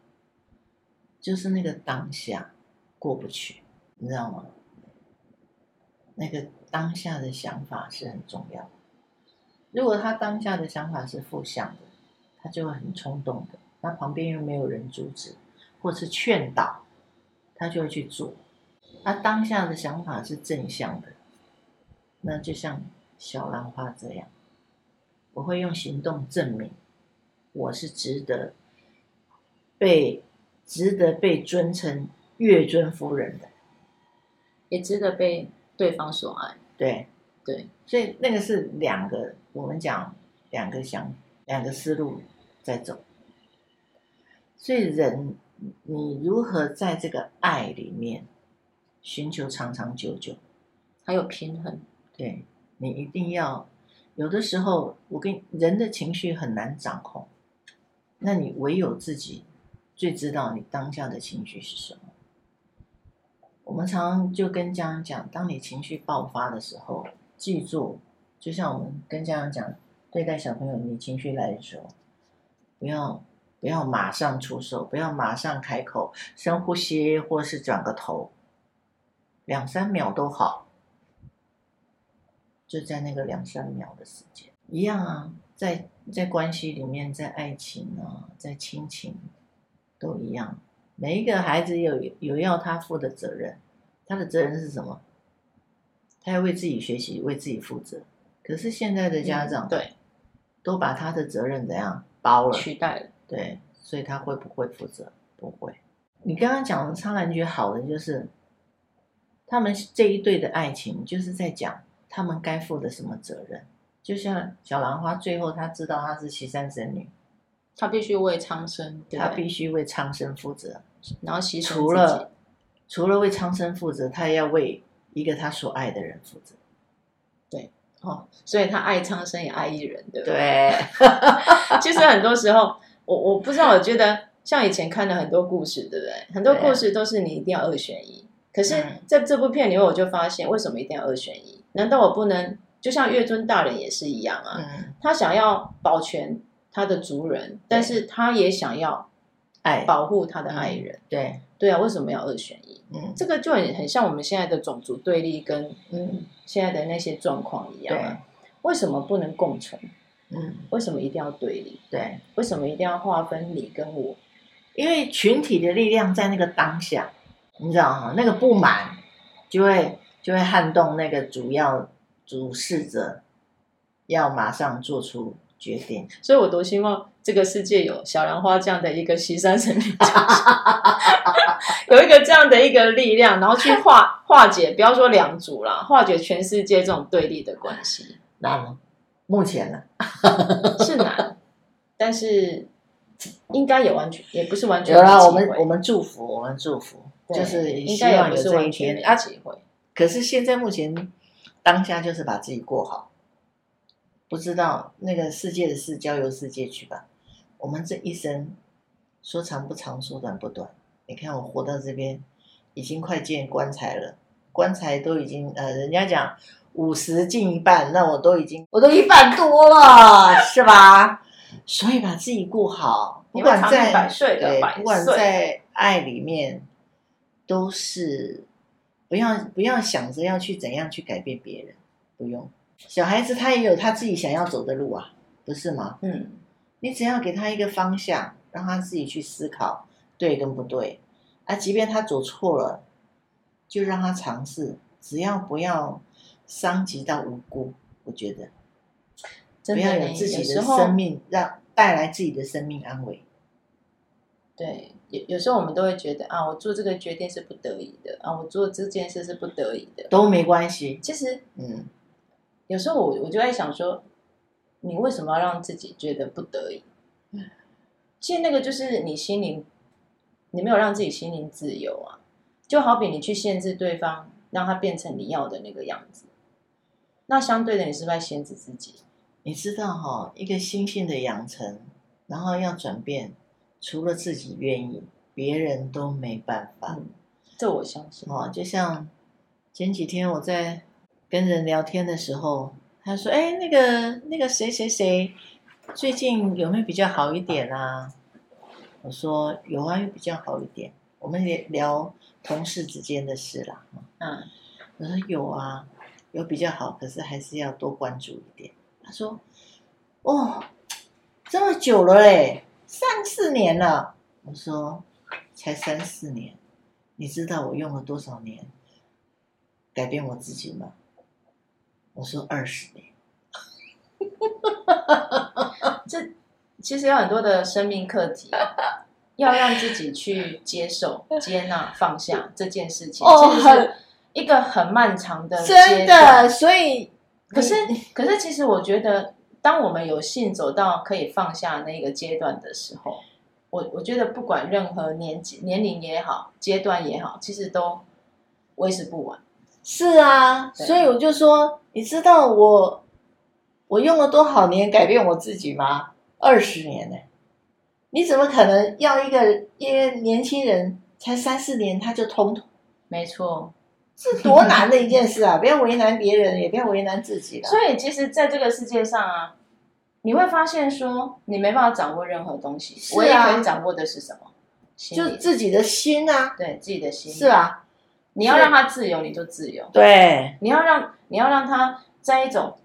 S2: 就是那个当下过不去，你知道吗？那个当下的想法是很重要的。如果他当下的想法是负向的，他就会很冲动的，那旁边又没有人阻止或是劝导，他就会去做。他啊当下的想法是正向的，那就像小兰花这样，我会用行动证明我是值得被值得被尊称月尊夫人的。
S1: 也值得被对方所爱。
S2: 对，
S1: 对，
S2: 所以那个是两个，我们讲两个想两个思路在走。所以人，你如何在这个爱里面寻求长长久久？
S1: 还有平衡。
S2: 对你一定要，有的时候我跟人的情绪很难掌控，那你唯有自己最知道你当下的情绪是什么。我们常常就跟家长讲，当你情绪爆发的时候，记住，就像我们跟家长讲，对待小朋友，你情绪来的时候，不要不要马上出手，不要马上开口，深呼吸或是转个头，两三秒都好。就在那个两三秒的时间，一样啊，在在关系里面，在爱情啊，在亲情，都一样。每一个孩子有有要他负的责任，他的责任是什么？他要为自己学习，为自己负责。可是现在的家长
S1: 对
S2: 都把他的责任怎样包了？
S1: 取代了，
S2: 对，所以他会不会负责？不会。你刚刚讲的苍兰诀好的就是，他们这一对的爱情就是在讲他们该负的什么责任。就像小兰花最后她知道她是岐山神女，
S1: 他必须为苍生，对不
S2: 她
S1: 对
S2: 必须为苍生负责。
S1: 然后牺牲
S2: 除
S1: 自
S2: 了除了为苍生负责，她也要为一个她所爱的人负责。
S1: 己哦，所以他爱苍生也爱一人，对不对？
S2: 对，
S1: 其实很多时候，我我不知道，我觉得像以前看了很多故事，对不对？很多故事都是你一定要二选一。可是
S2: 嗯
S1: 在这部片里面，我就发现为什么一定要二选一？难道我不能？就像月尊大人也是一样啊，
S2: 嗯，
S1: 他想要保全他的族人，但是他也想要
S2: 爱，
S1: 保护他的爱人。
S2: 对，
S1: 对啊，为什么要二选一？
S2: 嗯，
S1: 这个就很很像我们现在的种族对立跟
S2: 嗯，
S1: 现在的那些状况一样
S2: 对
S1: 啊。，为什么不能共存？
S2: 嗯，
S1: 为什么一定要对立？
S2: 对。
S1: 为什么一定要划分你跟我？
S2: 因为群体的力量在那个当下，你知道哈，那个不满就会就会撼动那个主要主事者，要马上做出决定。
S1: 所以我多希望这个世界有小兰花这样的一个西山神女角色， 有一个这样的一个力量，然后去化化解，不要说两族啦，化解全世界这种对立的关 系
S2: 那么目前呢，
S1: 是难，但是应该也完全也不是完全
S2: 有啦，
S1: 没
S2: 啊我
S1: 机
S2: 们
S1: 会
S2: 我们祝福，我们祝福，
S1: 对
S2: 就是
S1: 应
S2: 希
S1: 该
S2: 望有
S1: 也不是
S2: 这一
S1: 完全
S2: 天
S1: 没
S2: 啊。
S1: 机会，
S2: 可是现在目前当下就是把自己过好，不知道那个世界的事交由世界去吧。我们这一生说长不长，说短不短。你看我活到这边，已经快见棺材了，棺材都已经呃，人家讲五十进一半，那我都已经我都一半多了，是吧？所以把自己过好，不
S1: 你会
S2: 管
S1: 长
S2: 在
S1: 命百岁的
S2: 对，
S1: 百
S2: 不管
S1: 岁，
S2: 在爱里面，都是不要不要想着要去怎样去改变别人，不用。小孩子他也有他自己想要走的路啊，不是吗？
S1: 嗯，
S2: 你只要给他一个方向，让他自己去思考对跟不对啊，即便他走错了，就让他尝试，只要不要伤及到无辜，我觉得
S1: 真
S2: 不
S1: 的
S2: 要
S1: 呢
S2: 有自己
S1: 有嗯
S2: 的
S1: 时候
S2: 生命让带来自己的生命安危。
S1: 对，有有时候我们都会觉得啊，我做这个决定是不得已的啊，我做这件事是不得已的。
S2: 都没关系，
S1: 其实
S2: 嗯，
S1: 有时候我我就在想说，你为什么要让自己觉得不得已？其实那个就是你心灵，你没有让自己心灵自由啊。就好比你去限制对方，让他变成你要的那个样子，那相对的你是不是在限制自己？
S2: 你知道哈、一个心性的养成，然后要转变，除了自己愿意，别人都没办法。
S1: 嗯，这我相信。
S2: 哦，就像前几天我在跟人聊天的时候，他说：“哎，那个那个谁谁谁，最近有没有比较好一点啊？”我说：“有啊，有比较好一点。”我们也聊同事之间的事啦。
S1: 嗯，
S2: 我说有啊，有比较好，可是还是要多关注一点。他说，哦，这么久了嘞，三四年了。我说，才三四年，你知道我用了多少年改变我自己吗？我说二十年，
S1: 这其实有很多的生命课题，啊 要让自己去接受、接纳、放下这件事情，
S2: 哦
S1: 其实
S2: 很
S1: 是一个很漫长的阶
S2: 真
S1: 段
S2: 的，。所以
S1: 可是，可是，其实我觉得，当我们有幸走到可以放下那个阶段的时候，我我觉得不管任何年纪、年龄也好，阶段也好，其实都为时不晚。
S2: 是啊，
S1: 对
S2: 所以我就说，你知道我我用了多少年改变我自己吗？二十年呢、你怎么可能要一个一个年轻人才三四年他就通透？
S1: 没错，
S2: 这多难 的一件事啊！不要为难别人，也不要为难自己了
S1: 所。以其实在这个世界上啊，你会发现说你没办法掌握任何东西，
S2: 是啊
S1: 唯一可以掌握的是什么？心
S2: 就
S1: 理，
S2: 自己的心啊，
S1: 对自己的心理。
S2: 是，啊，
S1: 你要让他自由，你就自由；
S2: 对，
S1: 你要让你要让他在一种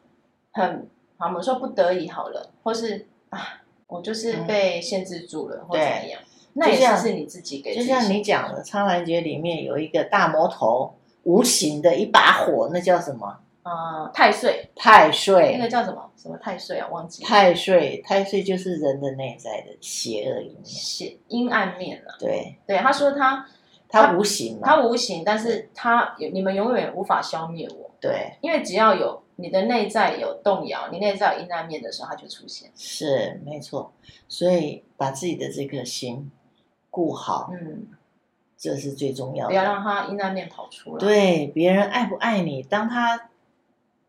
S1: 很好，我们说不得已好了，或是啊，我就是被限制住了，或怎么样，那也
S2: 嗯就像
S1: 是是你自己给自
S2: 就
S1: 己。
S2: 像你讲的，《苍兰诀》里面有一个大魔头，无形的一把火，那叫什么？
S1: 啊、太岁，
S2: 太
S1: 那个
S2: 岁，
S1: 叫什么什么太岁啊？忘记了
S2: 太岁，太岁就是人的内在的邪恶一面，
S1: 邪阴暗面了、
S2: 对，
S1: 对，他说他
S2: 它无形嘛，
S1: 他无形，但是他你们永远无法消灭我。
S2: 对，
S1: 因为只要有你的内在有动摇，你内在有阴暗面的时候，它就出现。
S2: 是没错，所以把自己的这颗心顾好，
S1: 嗯，
S2: 这是最重要
S1: 不
S2: 的。
S1: 要让它阴暗面跑出来。，
S2: 对别人爱不爱你，当他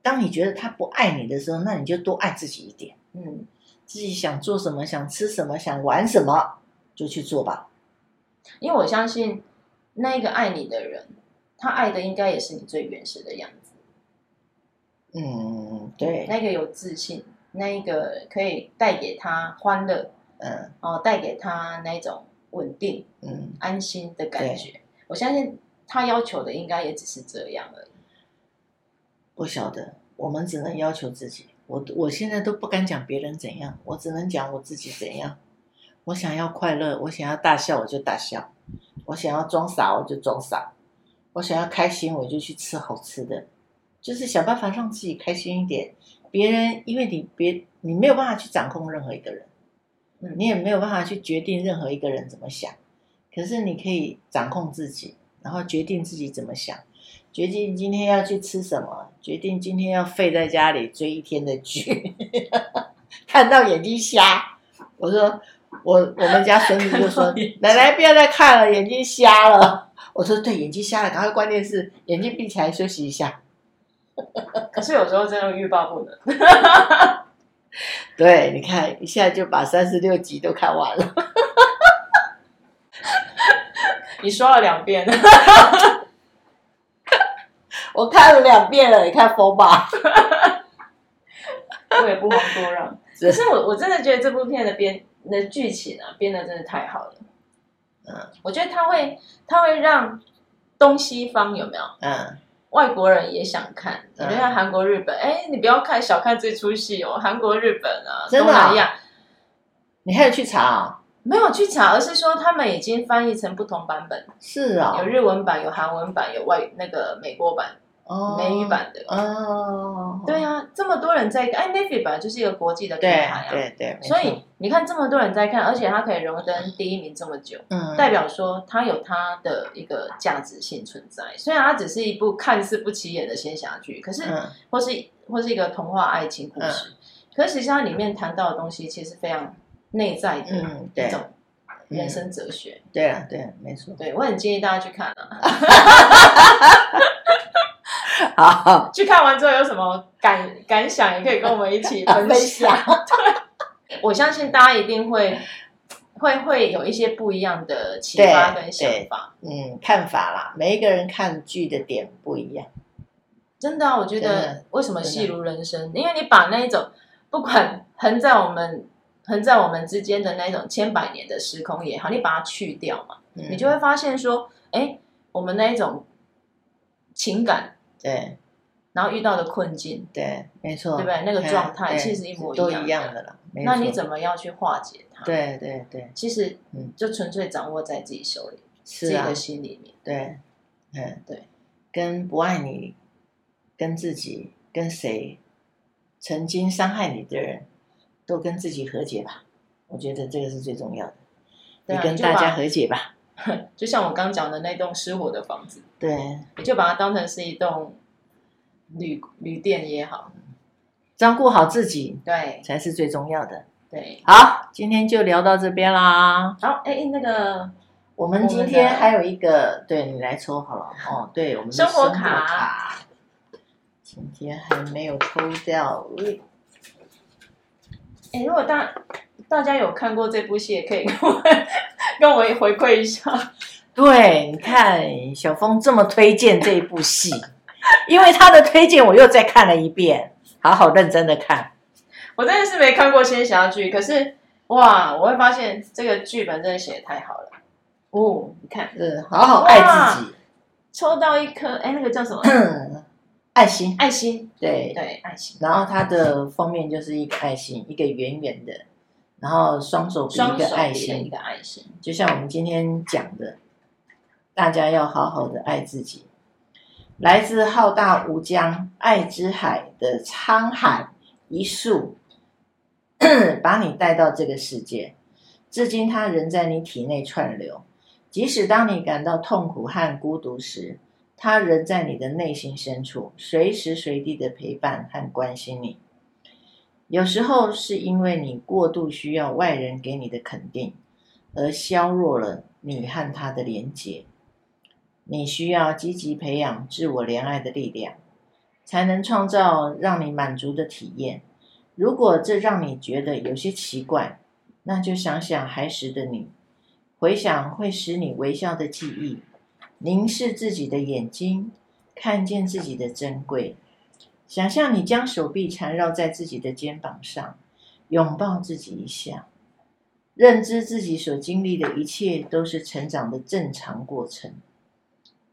S2: 当你觉得他不爱你的时候，那你就多爱自己一点，
S1: 嗯，
S2: 自己想做什么、想吃什么、想玩什么，就去做吧。
S1: 因为我相信那一个爱你的人，他爱的应该也是你最原始的样子。
S2: 嗯，对，
S1: 那个有自信，那一个可以带给他欢乐，
S2: 嗯
S1: 哦，带给他那种稳定、
S2: 嗯，
S1: 安心的感觉。我相信他要求的应该也只是这样而已。
S2: 不晓得，我们只能要求自己。我我现在都不敢讲别人怎样，我只能讲我自己怎样。我想要快乐，我想要大笑，我就大笑；我想要装傻，我就装傻；我想要开心，我就去吃好吃的。就是想办法让自己开心一点。别人因为你别你没有办法去掌控任何一个人，
S1: 嗯
S2: 你也没有办法去决定任何一个人怎么想。可是你可以掌控自己，然后决定自己怎么想，决定今天要去吃什么，决定今天要废在家里追一天的剧， 看到眼睛瞎。我说我我们家孙子就
S1: 看
S2: 说
S1: 到眼睛：“
S2: 奶奶不要再看了，眼睛瞎了。” 我说：“对，眼睛瞎了，赶快关电视，眼睛闭起来休息一下。”
S1: 可是有时候真的欲罢不能。
S2: 对，你看一下就把三十六集都看完了。
S1: 你说了两遍，
S2: 我看了两遍了，你看疯吧？
S1: 我也不遑多让。
S2: 是
S1: 可是我我真的觉得这部片的编的剧情啊，编的真的太好了。
S2: 嗯，
S1: 我觉得它会它会让东西方有没有
S2: 嗯，
S1: 外国人也想看？你
S2: 嗯
S1: 就像韩国、日本，哎、你不要看小看这出戏哦，韩国、日本啊，
S2: 真
S1: 东
S2: 的啊
S1: 南亚
S2: 你还有去查啊、
S1: 没有去查，而是说他们已经翻译成不同版本，
S2: 是啊、
S1: 有日文版、有韩文版、有外那个美国版、
S2: 哦，
S1: 美语版的。
S2: 哦，
S1: 对啊，这么多人在看，哎 n e t f 本来就是一个国际的平
S2: 对
S1: 台啊，
S2: 对对，没
S1: 所
S2: 错
S1: 以你看这么多人在看，而且它可以荣登第一名这么久，
S2: 嗯，
S1: 代表说它有它的一个价值性存在。虽然它只是一部看似不起眼的仙侠剧，可是、
S2: 嗯
S1: 或是或是一个童话爱情故事，可是实际上它里面谈到的东西其实非常内在的
S2: 嗯
S1: 一
S2: 对
S1: 种人生哲学。
S2: 对啊对啊，没错。
S1: 对我很建议大家去看啊，
S2: 好，
S1: 去看完之后有什么感感想，也可以跟我们一起 分
S2: 分
S1: 享。
S2: 享。
S1: 我相信大家一定会会会有一些不一样的启
S2: 对
S1: 发跟想
S2: 对
S1: 法。
S2: 嗯，看法啦，每一个人看剧的点不一样。
S1: 真的啊，我觉
S2: 真
S1: 得
S2: 的
S1: 为什么戏如人生？因为你把那一种不管横在我们横在我们之间的那种千百年的时空也好，你把它去掉嘛，
S2: 嗯、
S1: 你就会发现说，哎，我们那一种情感，
S2: 对
S1: 然后遇到的困境，
S2: 对，没错，
S1: 对不对那个
S2: 哎
S1: 状态
S2: 对
S1: 其实一模一
S2: 都
S1: 样
S2: 一
S1: 的
S2: 样的啦。没
S1: 那你
S2: 错
S1: 怎么要去化解它？，
S2: 对对对，
S1: 其实
S2: 嗯
S1: 就纯粹掌握在自己手里，自
S2: 是
S1: 己
S2: 啊，
S1: 的心里面。
S2: 对，嗯，
S1: 对，
S2: 跟不爱你、跟自己、跟谁曾经伤害你的人，都跟自己和解吧。我觉得这个是最重要的，
S1: 对啊
S2: 你跟
S1: 就
S2: 大家
S1: 把
S2: 和解吧。
S1: 就像我刚讲的那栋失火的房子，
S2: 对，
S1: 你就把它当成是一栋旅旅店也好，
S2: 照顾好自己
S1: 对
S2: 才是最重要的。
S1: 对。
S2: 好，今天就聊到这边啦。
S1: 好，哎、那个
S2: 我们今天还有一个，对你来抽好了哦。对，我们的
S1: 生活
S2: 活
S1: 卡
S2: 卡今天还没有抽掉，
S1: 哎、如果大大家有看过这部戏，也可以跟我 跟我回馈一下。
S2: 对，你看小峰这么推荐这一部 戏，因为他的推荐，我又再看了一遍，好好认真的看。
S1: 我真的是没看过仙侠剧，可是哇，我会发现这个剧本真的写的太好了。哦，你看
S2: 是好好爱自己，
S1: 抽到一颗，哎，那个叫什么？
S2: 爱心，
S1: 爱心，
S2: 啊对。
S1: 对，爱心，
S2: 然后它的封面就是一个爱心，一个圆圆的，然后双手比
S1: 双
S2: 一
S1: 手
S2: 个爱
S1: 比的一
S2: 心，
S1: 个爱心，
S2: 就像我们今天讲的，大家要好好的爱自己。来自浩大无疆、爱之海的沧海一粟， 把你带到这个世界，至今它仍在你体内串流。即使当你感到痛苦和孤独时，它仍在你的内心深处，随时随地的陪伴和关心你。有时候是因为你过度需要外人给你的肯定，而削弱了你和他的连结。你需要积极培养自我怜爱的力量，才能创造让你满足的体验。如果这让你觉得有些奇怪，那就想想孩时的你，回想会使你微笑的记忆，凝视自己的眼睛，看见自己的珍贵。想象你将手臂缠绕在自己的肩膀上，拥抱自己一下。认知自己所经历的一切都是成长的正常过程，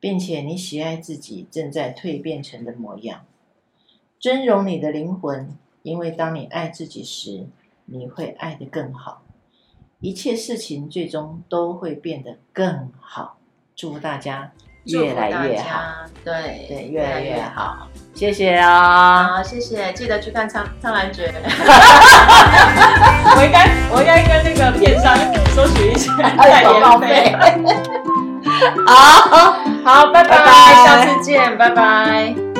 S2: 并且你喜爱自己正在蜕变成的模样，尊荣你的灵魂，因为当你爱自己时，你会爱得更好，一切事情最终都会变得更好。祝福大家越来越好，
S1: 好，对
S2: 对，越来越。好，谢谢啊、
S1: 好，谢谢，记得去看《苍苍兰 诀》。我应该，我应该跟那个片商收取一些代
S2: 哎广告
S1: 言
S2: 费
S1: 费。，
S2: 好。
S1: 好，拜
S2: 拜拜
S1: 下次见，拜拜。